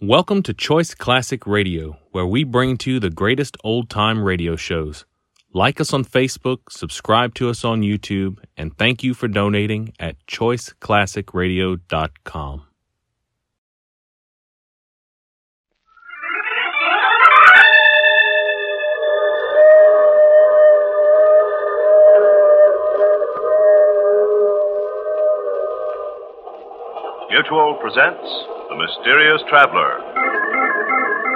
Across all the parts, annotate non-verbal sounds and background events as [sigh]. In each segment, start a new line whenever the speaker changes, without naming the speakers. Welcome to Choice Classic Radio, where we bring to you the greatest old time radio shows. Like us on Facebook, subscribe to us on YouTube, and thank you for donating at choiceclassicradio.com.
Mutual presents The Mysterious Traveler.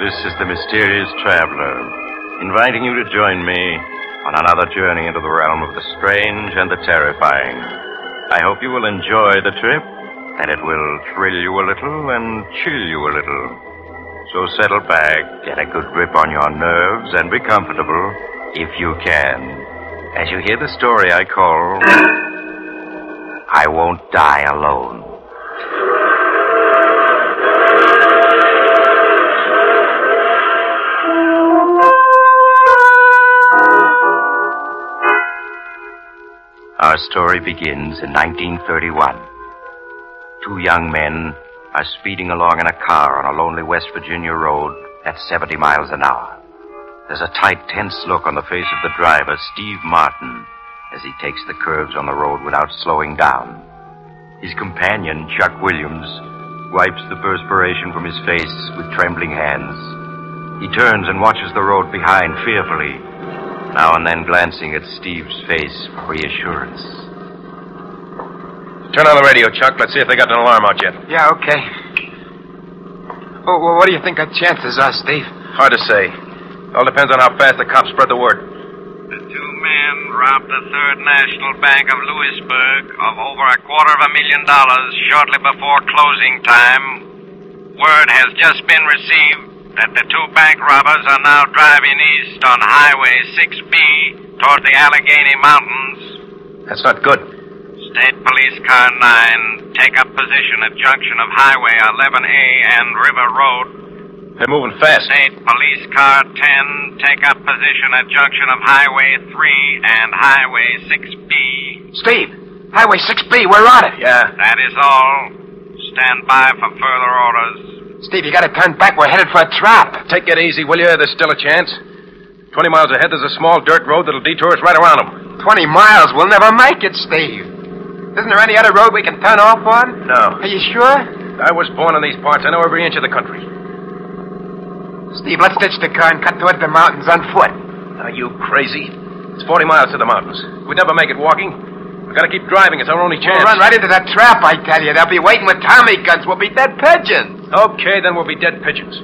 This is the Mysterious Traveler, inviting you to join me on another journey into the realm of the strange and the terrifying. I hope you will enjoy the trip, and it will thrill you a little and chill you a little. So settle back, get a good grip on your nerves, and be comfortable if you can. As you hear the story I call, I Won't Die Alone. Our story begins in 1931. Two young men are speeding along in a car on a lonely West Virginia road at 70 miles an hour. There's a tight, tense look on the face of the driver, Steve Martin, as he takes the curves on the road without slowing down. His companion, Chuck Williams, wipes the perspiration from his face with trembling hands. He turns and watches the road behind fearfully, now and then glancing at Steve's face for reassurance.
Turn on the radio, Chuck. Let's see if they got an alarm out yet.
Yeah, okay. Oh, well, what do you think our chances are, Steve?
Hard to say. All depends on how fast the cops spread the word.
The two men robbed the Third National Bank of Lewisburg of over a quarter of a million dollars shortly before closing time. Word has just been received that the two bank robbers are now driving east on Highway 6B toward the Allegheny Mountains.
That's not good.
State Police Car 9, take up position at junction of Highway 11A and River Road.
They're moving fast.
State Police Car 10, take up position at junction of Highway 3 and Highway 6B.
Steve, Highway 6B, we're on it.
Yeah.
That is all. Stand by for further orders.
Steve, you gotta turn back. We're headed for a trap.
Take it easy, will you? There's still a chance. Twenty miles ahead, there's a small dirt road that'll detour us right around them.
Twenty miles, we'll never make it, Steve. Isn't there any other road we can turn off on?
No.
Are you sure?
I was born in these parts. I know every inch of the country.
Steve, let's ditch the car and cut toward the mountains on foot.
Are you crazy? It's 40 miles to the mountains. We'd never make it walking. We've got to keep driving. It's our only chance.
We'll run right into that trap, I tell you. They'll be waiting with Tommy guns. We'll be dead pigeons.
Oh,
Okay, then we'll be dead pigeons.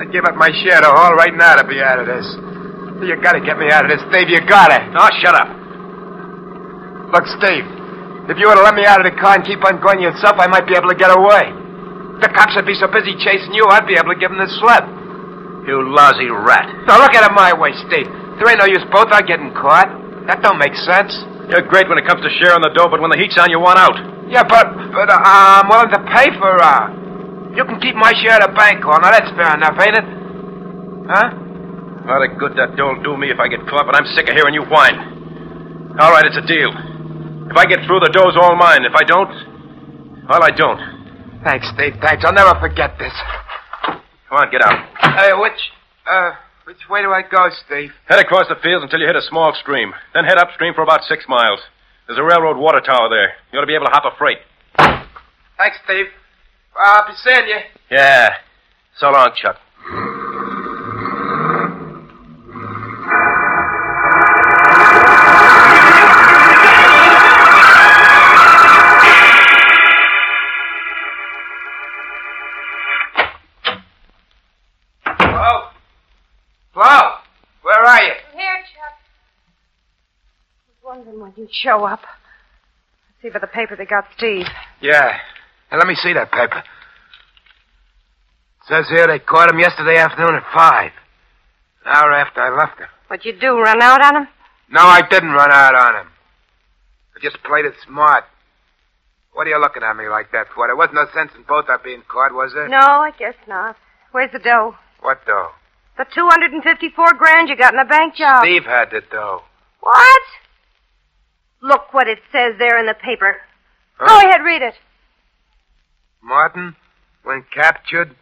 I'd give up my share to haul right now to be out of this. You gotta get me out of this, Steve. You gotta.
Now, Oh, shut up.
Look, Steve, if you were to let me out of the car and keep on going yourself, I might be able to get away. The cops would be so busy chasing you, I'd be able to give them the slip.
You lousy rat.
Now, look at it my way, Steve. There ain't no use both are getting caught. That don't make sense.
You're great when it comes to sharing the dough, but when the heat's on, you want out.
Yeah, but, but uh, I'm willing to pay for, uh, you can keep my share of the bank call. Now, that's fair enough, ain't it? Huh?
A lot of good that doll'll do me if I get caught, but I'm sick of hearing you whine. All right, it's a deal. If I get through, the dough's all mine. If I don't, well, I don't.
Thanks, Steve, thanks. I'll never forget this.
Come on, get out.
Hey, which, uh, which way do I go, Steve?
Head across the fields until you hit a small stream. Then head upstream for about six miles. There's a railroad water tower there. You ought to be able to hop a freight.
Thanks, Steve. I'll be seeing you.
Yeah. So long, Chuck.
Flo? Flo? Where are you?
Here, Chuck. I was wondering when you'd show up. Let's see by the paper they got Steve.
Yeah. Now, let me see that paper. says here they caught him yesterday afternoon at five. An hour after I left him.
What'd you do, run out on him?
No, I didn't run out on him. I just played it smart. What are you looking at me like that for? There wasn't no sense in both our being caught, was there?
No, I guess not. Where's the dough?
What dough?
The 254 grand you got in the bank job.
Steve had the dough.
What? Look what it says there in the paper. Go ahead, read it.
Martin, when captured,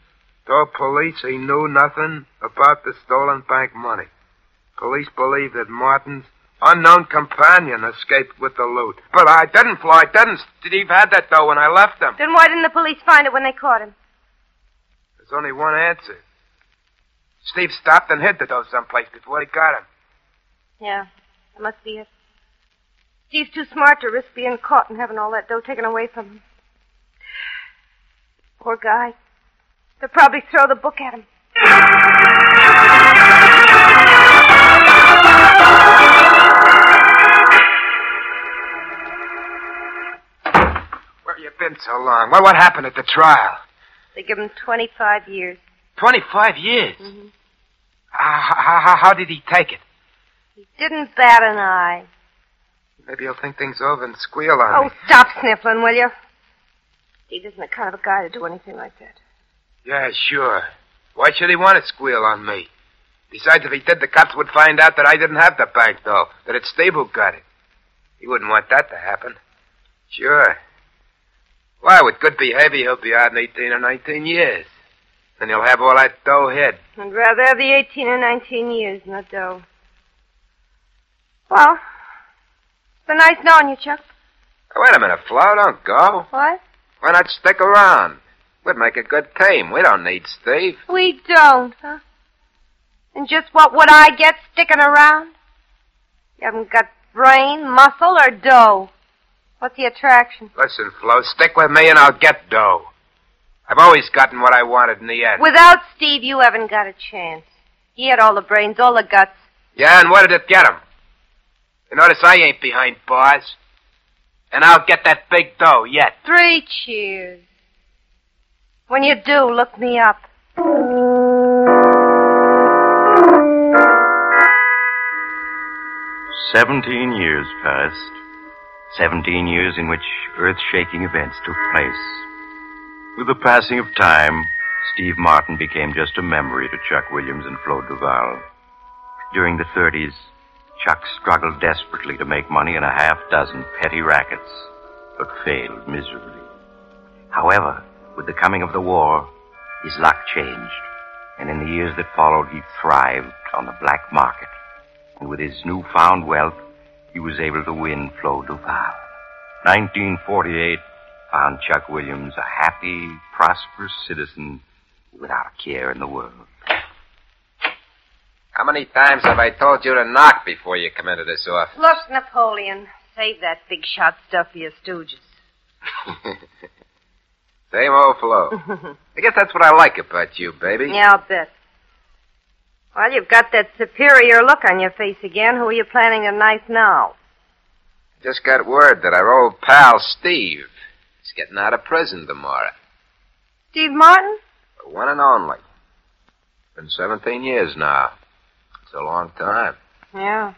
told police he knew nothing about the stolen bank money. Police believe that Martin's unknown companion escaped with the loot. But I didn't fly, didn't. Steve had that, though, when I left him.
Then why didn't the police find it when they caught him?
There's only one answer. Steve stopped and hid the dough someplace before he got him.
Yeah, that must be it. Steve's too smart to risk being caught and having all that dough taken away from him. Poor guy. They'll probably throw the book at him.
Where you been so long? Well, what happened at the trial?
They give him 25 years.
25 years? How, how, how- how did he take it?
He didn't bat an eye.
Maybe he'll think things over and squeal on
Oh,
me.
stop sniffling, will you? Steve isn't the kind of a guy to do anything like that.
Yeah, sure. Why should he want to squeal on me? Besides, if he did, the cops would find out that I didn't have the bank, though, that it's Steve who got it. He wouldn't want that to happen. Sure. Why, with good behavior, he'll be out in 18 or 19 years. And he'll have all that dough hid.
I'd rather have the 18 or 19 years than that dough. Well, it's been nice knowing you, Chuck.
Oh, wait a minute, Flo, don't go.
What?
Why not stick around? We'd make a good team. We don't need Steve.
We don't, huh? And just what would I get sticking around? You haven't got brain, muscle, or dough. What's the attraction?
Listen, Flo, stick with me and I'll get dough. I've always gotten what I wanted in the end.
Without Steve, you haven't got a chance. He had all the brains, all the guts.
Yeah, and where did it get him? You notice I ain't behind bars. And I'll get that big dough yet.
Three cheers. When you do, look me up.
Seventeen years passed. Seventeen years in which earth shaking events took place. With the passing of time, Steve Martin became just a memory to Chuck Williams and Flo Duval. During the 30s, Chuck struggled desperately to make money in a half dozen petty rackets, but failed miserably. However, with the coming of the war, his luck changed, and in the years that followed, he thrived on the black market and with his newfound wealth, he was able to win Flo Duval. 1948 found Chuck Williams a happy, prosperous citizen without a care in the world.
How many times have I told you to knock before you come into this office?
Look, Napoleon, save that big shot stuff for your stooges.
Same old Flo. I guess that's what I like about you, baby.
Yeah, I'll bet. Well, you've got that superior look on your face again. Who are you planning to knife now?
Just got word that our old pal Steve is getting out of prison tomorrow.
Steve Martin?
The One and only. Been 17 years now. It's a long time.
Yeah.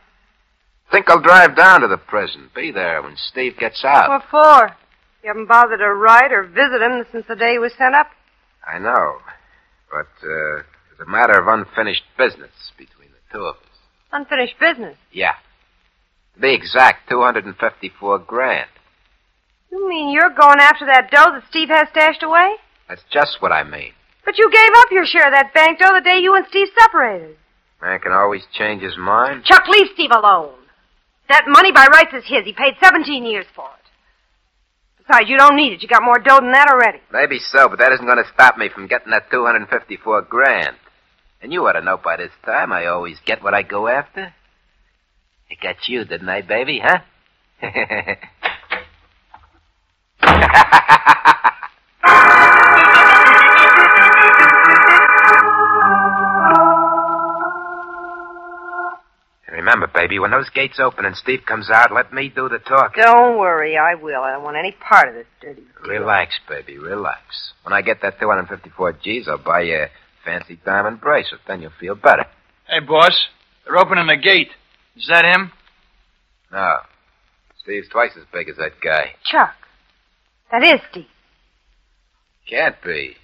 Think I'll drive down to the prison. Be there when Steve gets out.
What for? You haven't bothered to write or visit him since the day he was sent up.
I know. But uh, it's a matter of unfinished business between the two of us.
Unfinished business.
Yeah. To be exact, 254 grand.
You mean you're going after that dough that Steve has stashed away?
That's just what I mean.
But you gave up your share of that bank dough the day you and Steve separated.
Man can always change his mind.
Chuck, leave Steve alone. That money by rights is his. He paid 17 years for it. Besides, you don't need it. You got more dough than that already.
Maybe so, but that isn't going to stop me from getting that 254 grand. And you ought to know by this time I always get what I go after. I got you, didn't I, baby, huh? [laughs] Remember, baby, when those gates open and Steve comes out, let me do the talking.
Don't worry, I will. I don't want any part of this dirty.
Relax, baby, relax. When I get that 254 G's, I'll buy you a fancy diamond bracelet. Then you'll feel better.
Hey, boss, they're opening the gate. Is that him?
No. Steve's twice as big as that guy.
Chuck. That is Steve.
Can't be.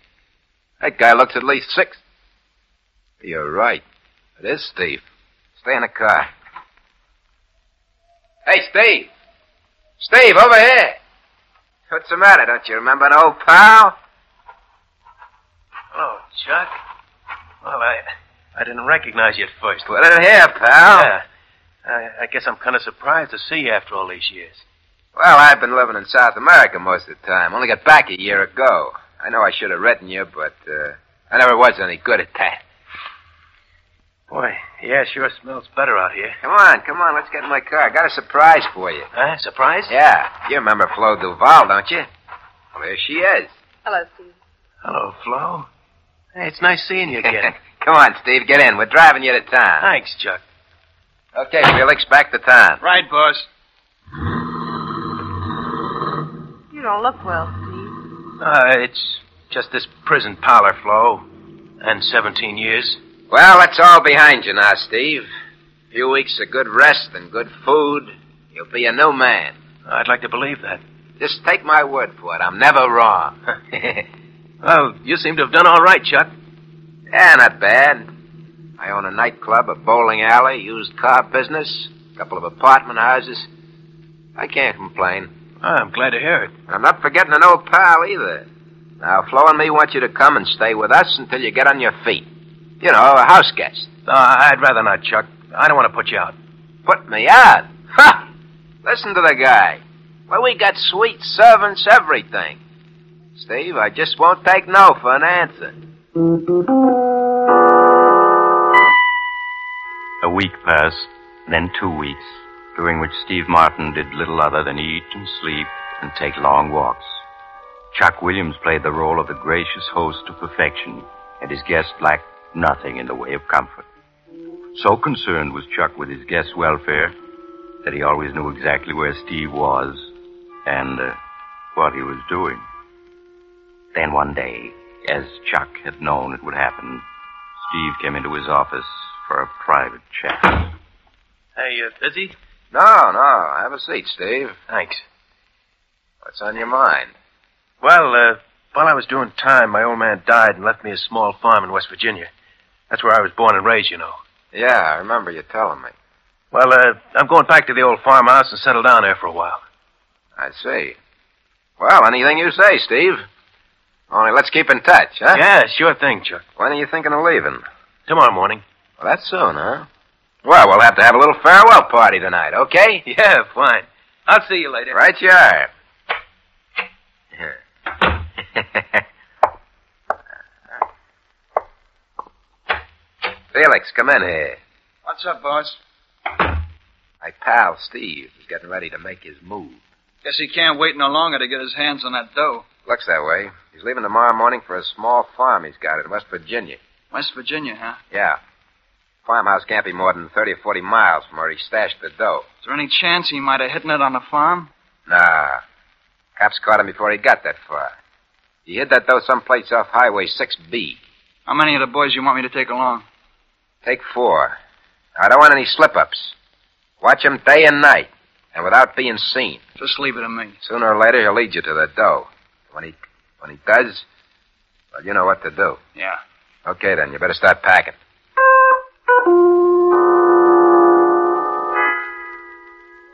That guy looks at least six. You're right. It is Steve. Stay in the car. Hey, Steve! Steve, over here. What's the matter? Don't you remember an old pal?
Oh, Chuck. Well, I I didn't recognize you at first.
Let it here, pal.
Yeah. I, I guess I'm kind of surprised to see you after all these years.
Well, I've been living in South America most of the time. Only got back a year ago. I know I should have written you, but uh, I never was any good at that.
Boy, yeah, sure smells better out here.
Come on, come on, let's get in my car. I got a surprise for you.
Huh? Surprise?
Yeah, you remember Flo Duval, don't you? Well, here she is.
Hello, Steve.
Hello, Flo. Hey, it's nice seeing you again.
[laughs] come on, Steve, get in. We're driving you to town.
Thanks, Chuck.
Okay, Felix, back to town.
Right, boss.
You don't look well, Steve.
Uh, it's just this prison parlor, Flo. And 17 years.
Well, that's all behind you now, Steve. A few weeks of good rest and good food. You'll be a new man.
I'd like to believe that.
Just take my word for it. I'm never wrong. [laughs]
Well, you seem to have done all right, Chuck.
yeah, not bad. I own a nightclub, a bowling alley, used car business, a couple of apartment houses. I can't complain.
Oh, I'm glad to hear it.
I'm not forgetting an old pal either. Now, Flo and me want you to come and stay with us until you get on your feet. You know, a house guest.
Uh, I'd rather not, Chuck. I don't want to put you out.
Put me out. Ha! Listen to the guy. Well, we got sweet servants, everything. Steve, I just won't take no for an answer.
A week passed, then two weeks, during which Steve Martin did little other than eat and sleep and take long walks. Chuck Williams played the role of the gracious host to perfection, and his guest lacked nothing in the way of comfort. So concerned was Chuck with his guest's welfare that he always knew exactly where Steve was and uh, what he was doing. Then one day, as Chuck had known it would happen, Steve came into his office for a private chat.
Hey, you busy?
No, no. Have a seat, Steve.
Thanks.
What's on your mind?
Well, uh, while I was doing time, my old man died and left me a small farm in West Virginia. That's where I was born and raised, you know.
Yeah, I remember you telling me.
Well, uh, I'm going back to the old farmhouse and settle down there for a while.
I see. Well, anything you say, Steve. Only let's keep in touch, huh?
Yeah, sure thing, Chuck.
When are you thinking of leaving?
Tomorrow morning.
Well, that's soon, huh? Well, we'll have to have a little farewell party tonight, [laughs] okay?
Yeah, fine. I'll see you later.
Right you are. [laughs] Felix, come in here.
What's up, boss?
My pal Steve is getting ready to make his move.
Guess he can't wait no longer to get his hands on that dough.
Looks that way. He's leaving tomorrow morning for a small farm he's got in West Virginia.
West Virginia, huh?
Yeah. Farmhouse can't be more than 30 or 40 miles from where he stashed the dough.
Is there any chance he might have hidden it on the farm?
Nah. Cops caught him before he got that far. He hid that dough someplace off Highway 6B.
How many of the boys you want me to take along?
Take four. I don't want any slip ups. Watch him day and night, and without being seen.
Just leave it to me.
Sooner or later, he'll lead you to the dough. When he, when he does, well, you know what to do.
Yeah.
Okay, then, you better start packing.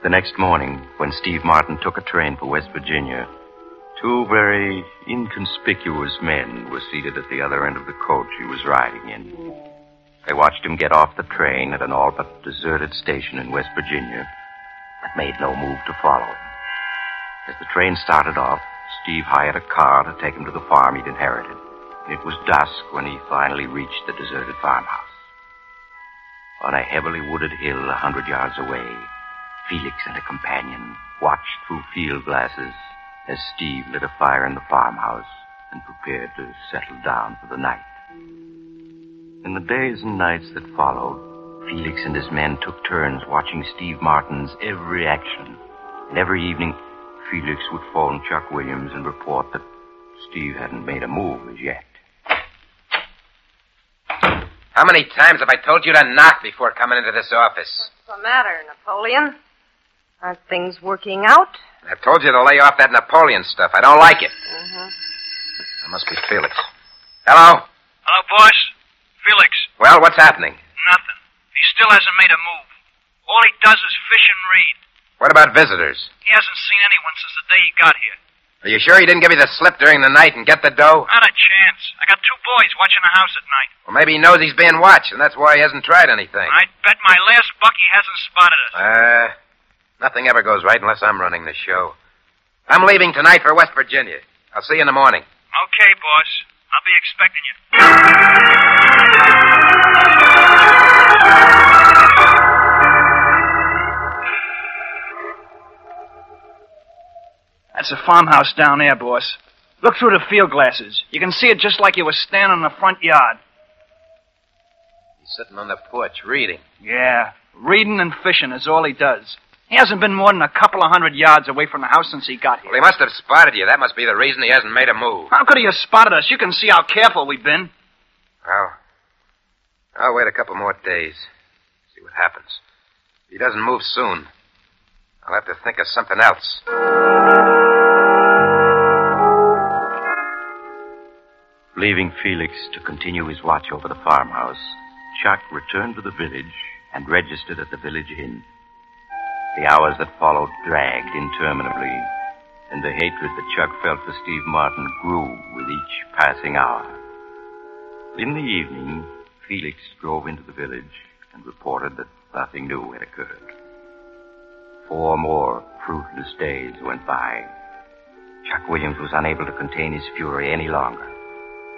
The next morning, when Steve Martin took a train for West Virginia, two very inconspicuous men were seated at the other end of the coach he was riding in. They watched him get off the train at an all but deserted station in West Virginia, but made no move to follow him. As the train started off, Steve hired a car to take him to the farm he'd inherited. and It was dusk when he finally reached the deserted farmhouse. On a heavily wooded hill a hundred yards away, Felix and a companion watched through field glasses as Steve lit a fire in the farmhouse and prepared to settle down for the night. In the days and nights that followed, Felix and his men took turns watching Steve Martin's every action. And every evening, Felix would phone Chuck Williams and report that Steve hadn't made a move as yet.
How many times have I told you to knock before coming into this office?
What's the matter, Napoleon? Aren't things working out?
I've told you to lay off that Napoleon stuff. I don't like it. That must be Felix. Hello?
Hello, boss. Felix,
Well, what's happening?
nothing. He still hasn't made a move. All he does is fish and read.
What about visitors?
He hasn't seen anyone since the day he got here.
Are you sure he didn't give you the slip during the night and get the dough?
Not a chance. I got two boys watching the house at night.
Well, maybe he knows he's being watched, and that's why he hasn't tried anything.
I'd bet my last buck he hasn't spotted us.
Uh, nothing ever goes right unless I'm running the show. I'm leaving tonight for West Virginia. I'll see you in the morning.
Okay, boss. I'll be expecting you.
That's a farmhouse down there, boss. Look through the field glasses. You can see it just like you were standing in the front yard.
He's sitting on the porch reading.
Yeah, reading and fishing is all he does. He hasn't been more than a couple of hundred yards away from the house since he got here.
Well, he must have spotted you. That must be the reason he hasn't made a move.
How could he have spotted us? You can see how careful we've been.
Well, I'll wait a couple more days. See what happens. If he doesn't move soon, I'll have to think of something else.
Leaving Felix to continue his watch over the farmhouse, Chuck returned to the village and registered at the village inn. The hours that followed dragged interminably, and the hatred that Chuck felt for Steve Martin grew with each passing hour. In the evening, Felix drove into the village and reported that nothing new had occurred. Four more fruitless days went by. Chuck Williams was unable to contain his fury any longer.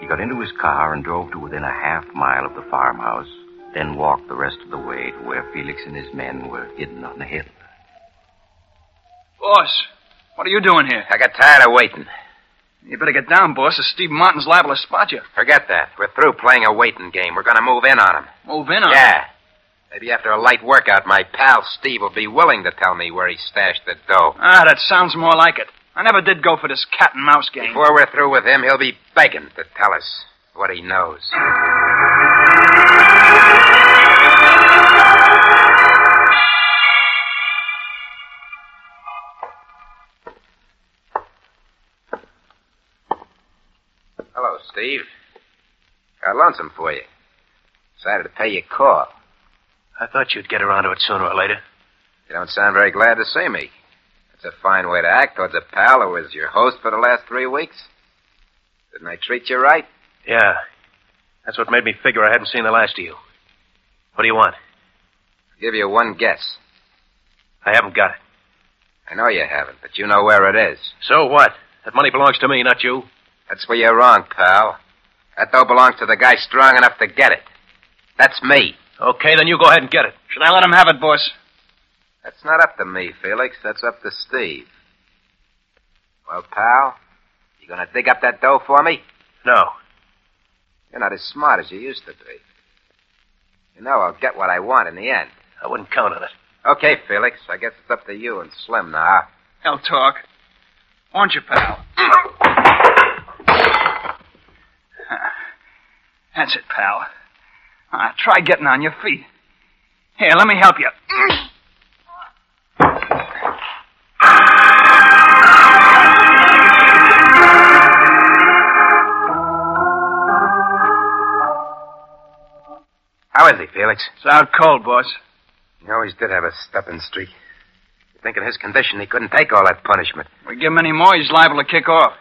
He got into his car and drove to within a half mile of the farmhouse, then walked the rest of the way to where Felix and his men were hidden on the hill.
Boss, what are you doing here?
I got tired of waiting.
You better get down, boss, or Steve Martin's liable to spot you.
Forget that. We're through playing a waiting game. We're going to move in on him.
Move in on
Yeah. Maybe after a light workout, my pal Steve will be willing to tell me where he stashed the dough.
Ah, that sounds more like it. I never did go for this cat and mouse game.
Before we're through with him, he'll be begging to tell us what he knows. Hello, Steve. Got lonesome for you. Decided to pay your call.
I thought you'd get around to it sooner or later.
You don't sound very glad to see me. That's a fine way to act towards a pal who was your host for the last three weeks. Didn't I treat you right?
Yeah. That's what made me figure I hadn't seen the last of you. What do you want?
I'll give you one guess.
I haven't got it.
I know you haven't, but you know where it is.
So what? That money belongs to me, not you.
That's where you're wrong, pal. That dough belongs to the guy strong enough to get it. That's me.
Okay, then you go ahead and get it.
Should I let him have it, boss?
That's not up to me, Felix. That's up to Steve. Well, pal, you gonna dig up that dough for me?
No.
You're not as smart as you used to be. You know I'll get what I want in the end.
I wouldn't count on it.
Okay, Felix. I guess it's up to you and Slim now.
He'll talk. Won't you, pal? [clears throat] That's it, pal. Ah, try getting on your feet. Here, let me help you.
How is he, Felix?
It's out cold, boss.
He always did have a stubborn streak. You think in his condition he couldn't take all that punishment.
We give him any more, he's liable to kick off.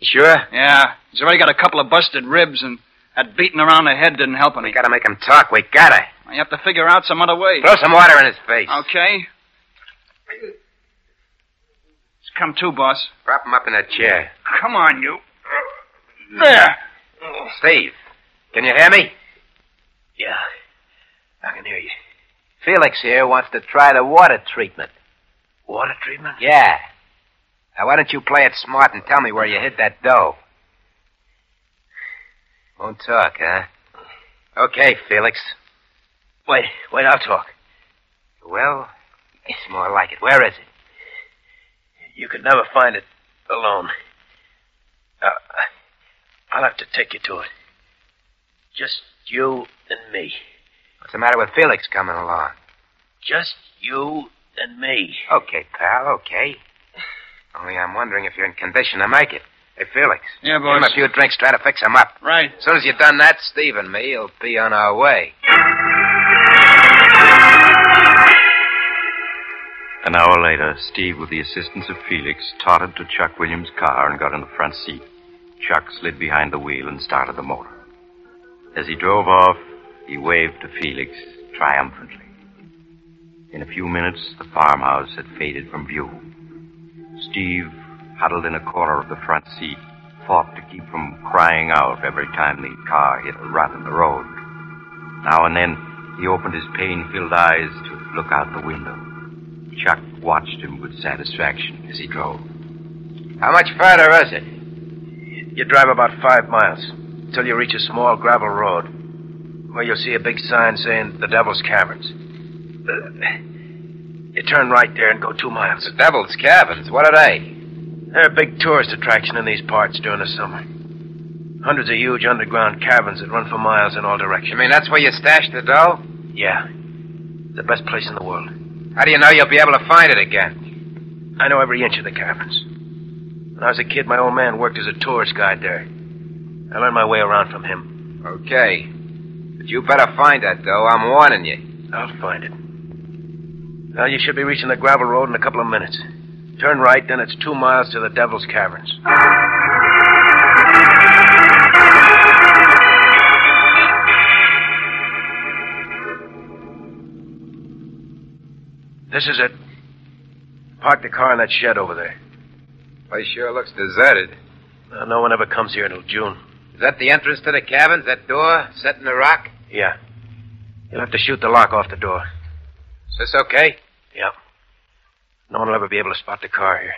You sure?
Yeah, he's already got a couple of busted ribs, and that beating around the head didn't help any.
We gotta make him talk. We gotta.
You have to figure out some other way.
Throw some water in his face.
Okay. It's come to, boss.
Prop him up in a chair.
Come on, you. There.
Steve, can you hear me?
Yeah. I can hear you.
Felix here wants to try the water treatment.
Water treatment?
Yeah. Now, why don't you play it smart and tell me where you hid that dough? Won't talk, huh? Okay, Felix.
Wait, wait, I'll talk.
Well, it's more like it. Where is it?
You could never find it alone. Uh, I'll have to take you to it. Just you and me.
What's the matter with Felix coming along?
Just you and me.
Okay, pal, okay. Only I'm wondering if you're in condition to make it. Hey, Felix.
Yeah,
Give him
boss.
a few drinks, try to fix him up.
Right.
As soon as you've done that, Steve and me will be on our way.
An hour later, Steve, with the assistance of Felix, totted to Chuck Williams' car and got in the front seat. Chuck slid behind the wheel and started the motor. As he drove off, he waved to Felix triumphantly. In a few minutes, the farmhouse had faded from view. Steve, huddled in a corner of the front seat, fought to keep from crying out every time the car hit a rut in the road. Now and then, he opened his pain filled eyes to look out the window. Chuck watched him with satisfaction as he drove.
How much further is it?
You drive about five miles till you reach a small gravel road where you'll see a big sign saying the Devil's Caverns. Uh, You turn right there and go two miles.
The Devil's Caverns? What are they?
They're a big tourist attraction in these parts during the summer. Hundreds of huge underground caverns that run for miles in all directions.
You mean that's where you stashed the dough?
Yeah. The best place in the world.
How do you know you'll be able to find it again?
I know every inch of the caverns. When I was a kid, my old man worked as a tourist guide there. I learned my way around from him.
Okay. But you better find that dough. I'm warning you.
I'll find it. Well, you should be reaching the gravel road in a couple of minutes. Turn right, then it's two miles to the Devil's Caverns. This is it. Park the car in that shed over there.
Place sure looks deserted.
Uh, no one ever comes here until June.
Is that the entrance to the caverns? That door set in the rock?
Yeah. You'll have to shoot the lock off the door.
Is this okay?
Yeah. No one will ever be able to spot the car here.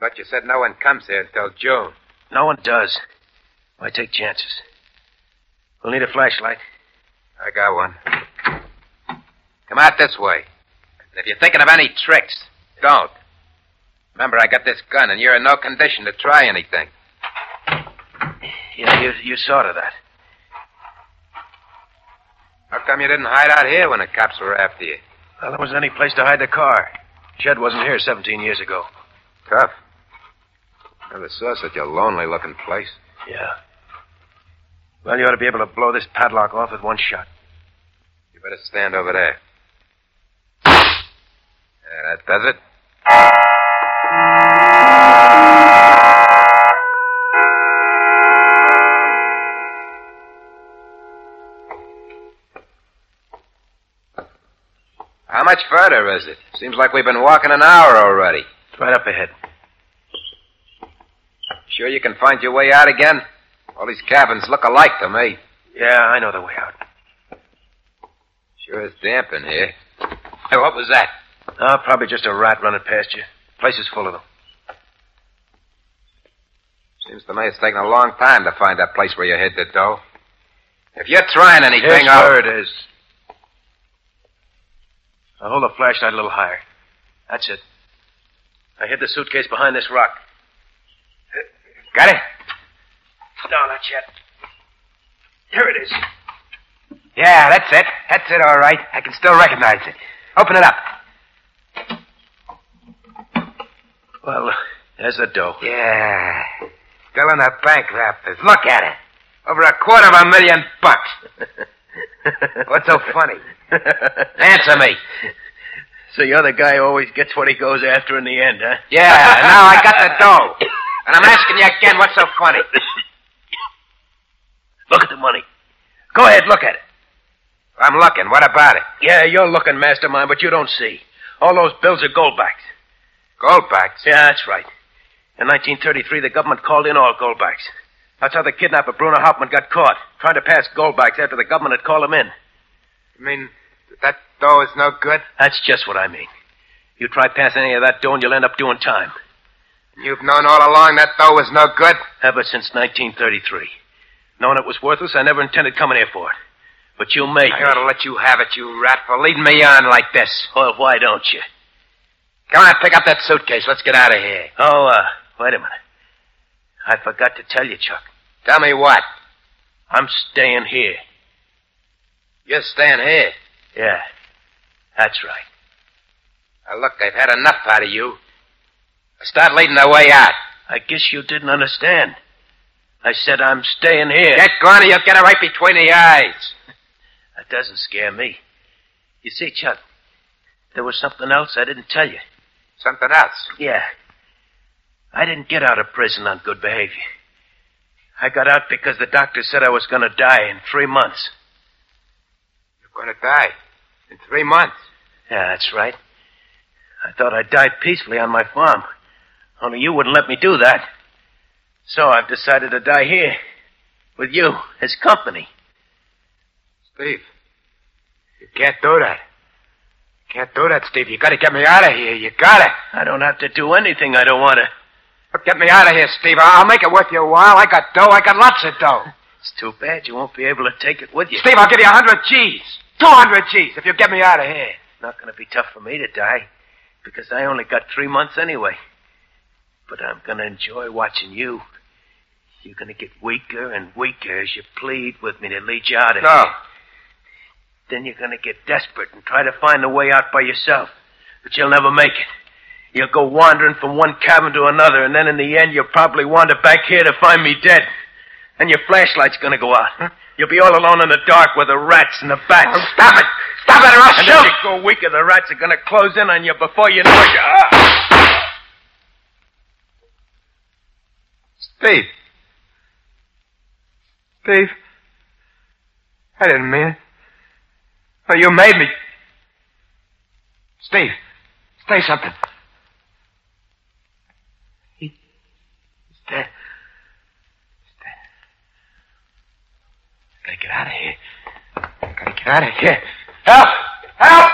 But you said no one comes here until June.
No one does. Why take chances? We'll need a flashlight.
I got one. Come out this way. And if you're thinking of any tricks, don't. Remember, I got this gun, and you're in no condition to try anything.
Yeah, you, you saw to that.
How come you didn't hide out here when the cops were after you?
Well, there wasn't any place to hide the car. Shed wasn't here 17 years ago.
Tough. Never saw such a lonely looking place.
Yeah. Well, you ought to be able to blow this padlock off with one shot.
You better stand over there. Yeah, that does it. How much further is it? Seems like we've been walking an hour already.
It's right up ahead.
Sure you can find your way out again? All these cabins look alike to me.
Yeah, I know the way out.
Sure is damp in here. Hey, what was that?
Oh, probably just a rat running past you. Place is full of them.
Seems to me it's taken a long time to find that place where you hid the dough. If you're trying anything,
Here's
I'll...
where it is. Now hold the flashlight a little higher. That's it. I hid the suitcase behind this rock.
Got it?
No, not yet. Here it is.
Yeah, that's it. That's it, all right. I can still recognize it. Open it up.
Well, there's the dough.
Yeah. Still in the bank wrappers. Look at it. Over a quarter of a million
[laughs]
bucks. What's so funny? Answer me.
So you're the guy who always gets what he goes after in the end, huh?
Yeah, now I got the dough. And I'm asking you again, what's so funny?
Look at the money. Go ahead, look at it.
I'm looking. What about it?
Yeah, you're looking, mastermind, but you don't see. All those bills are gold backs.
Gold backs.
Yeah, that's right. In 1933, the government called in all gold backs. That's how the kidnapper Bruno Hauptmann got caught, trying to pass gold backs after the government had called him in.
You mean that dough is no good?
That's just what I mean. You try passing any of that dough and you'll end up doing time.
You've known all along that dough was no good?
Ever since 1933. Knowing it was worthless, I never intended coming here for it. But you made
I
me.
ought to let you have it, you rat, for leading me on like this.
Well, why don't you?
Come on, pick up that suitcase. Let's get out of here.
Oh, uh, wait a minute. I forgot to tell you, Chuck.
Tell me what?
I'm staying here.
You're staying here.
Yeah, that's right.
Now, look, I've had enough out of you. Start leading the way out.
I guess you didn't understand. I said I'm staying here.
Get going or you'll get it right
[laughs]
between the eyes.
That doesn't scare me. You see, Chuck, there was something else I didn't tell you.
Something else?
Yeah. I didn't get out of prison on good behavior. I got out because the doctor said I was going to die in three months.
You're going to die? In three months?
Yeah, that's right. I thought I'd die peacefully on my farm. Only you wouldn't let me do that. So I've decided to die here. With you, as company.
Steve. You can't do that. You can't do that, Steve. You gotta get me out of here. You gotta.
I don't have to do anything I don't want to.
But get me out of here, Steve. I'll make it worth your while. I got dough. I got lots of dough.
It's too bad you won't be able to take it with you.
Steve, I'll give you a hundred G's. Two hundred G's if you get me out of here.
Not gonna be tough for me to die. Because I only got three months anyway. But I'm gonna enjoy watching you you're going to get weaker and weaker as you plead with me to lead you out of
no.
here. Then you're going to get desperate and try to find a way out by yourself. But you'll never make it. You'll go wandering from one cabin to another, and then in the end, you'll probably wander back here to find me dead. And your flashlight's going to go out. Huh? You'll be all alone in the dark with the rats and the bats.
Oh, stop it! Stop it, or I'll
and
shoot!
As you go weaker, the rats are going to close in on you before you know it. Ah!
Steve. Steve. I didn't mean it. But Oh, you made me. Steve. Say something. He, he's dead. He's dead. I gotta get out of here. I gotta get out of here. Help! Help!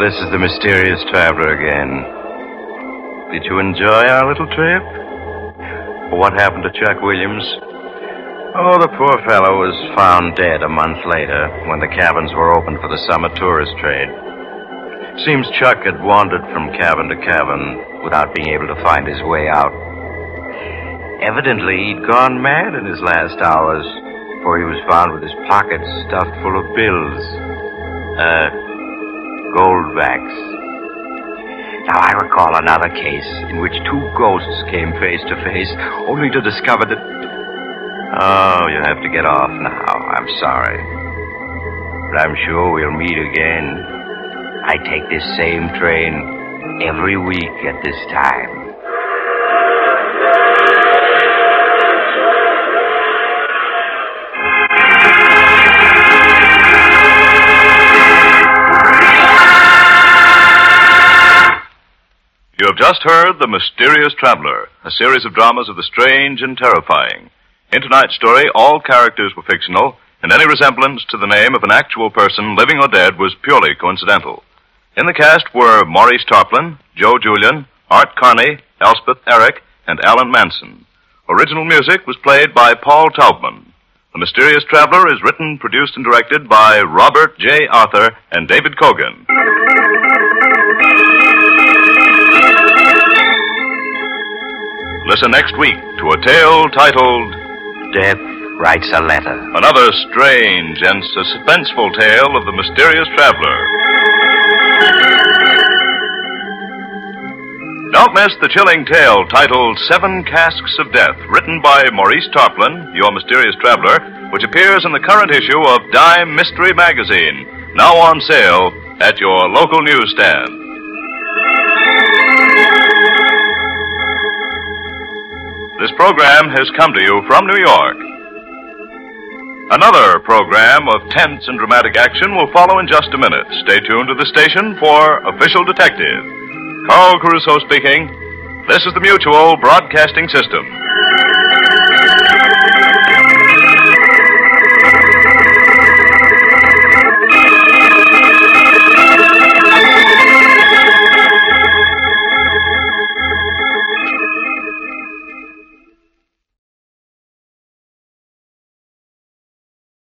This is the mysterious traveler again. Did you enjoy our little trip? What happened to Chuck Williams? Oh, the poor fellow was found dead a month later when the cabins were opened for the summer tourist trade. Seems Chuck had wandered from cabin to cabin without being able to find his way out. Evidently, he'd gone mad in his last hours, for he was found with his pockets stuffed full of bills. Uh, gold backs. Now, I recall another case in which two ghosts came face to face, only to discover that. Oh, you have to get off now. I'm sorry. But I'm sure we'll meet again. I take this same train every week at this time.
You have just heard The Mysterious Traveler, a series of dramas of the strange and terrifying. In tonight's story, all characters were fictional, and any resemblance to the name of an actual person, living or dead, was purely coincidental. In the cast were Maurice Tarplin, Joe Julian, Art Carney, Elspeth Eric, and Alan Manson. Original music was played by Paul Taubman. The Mysterious Traveler is written, produced, and directed by Robert J. Arthur and David Cogan. Listen next week to a tale titled
Death Writes a Letter.
Another strange and suspenseful tale of the mysterious traveler. Don't miss the chilling tale titled Seven Casks of Death, written by Maurice Tarplin, your mysterious traveler, which appears in the current issue of Dime Mystery Magazine, now on sale at your local newsstand. This program has come to you from New York. Another program of tense and dramatic action will follow in just a minute. Stay tuned to the station for Official Detective. Carl Caruso speaking. This is the Mutual Broadcasting System.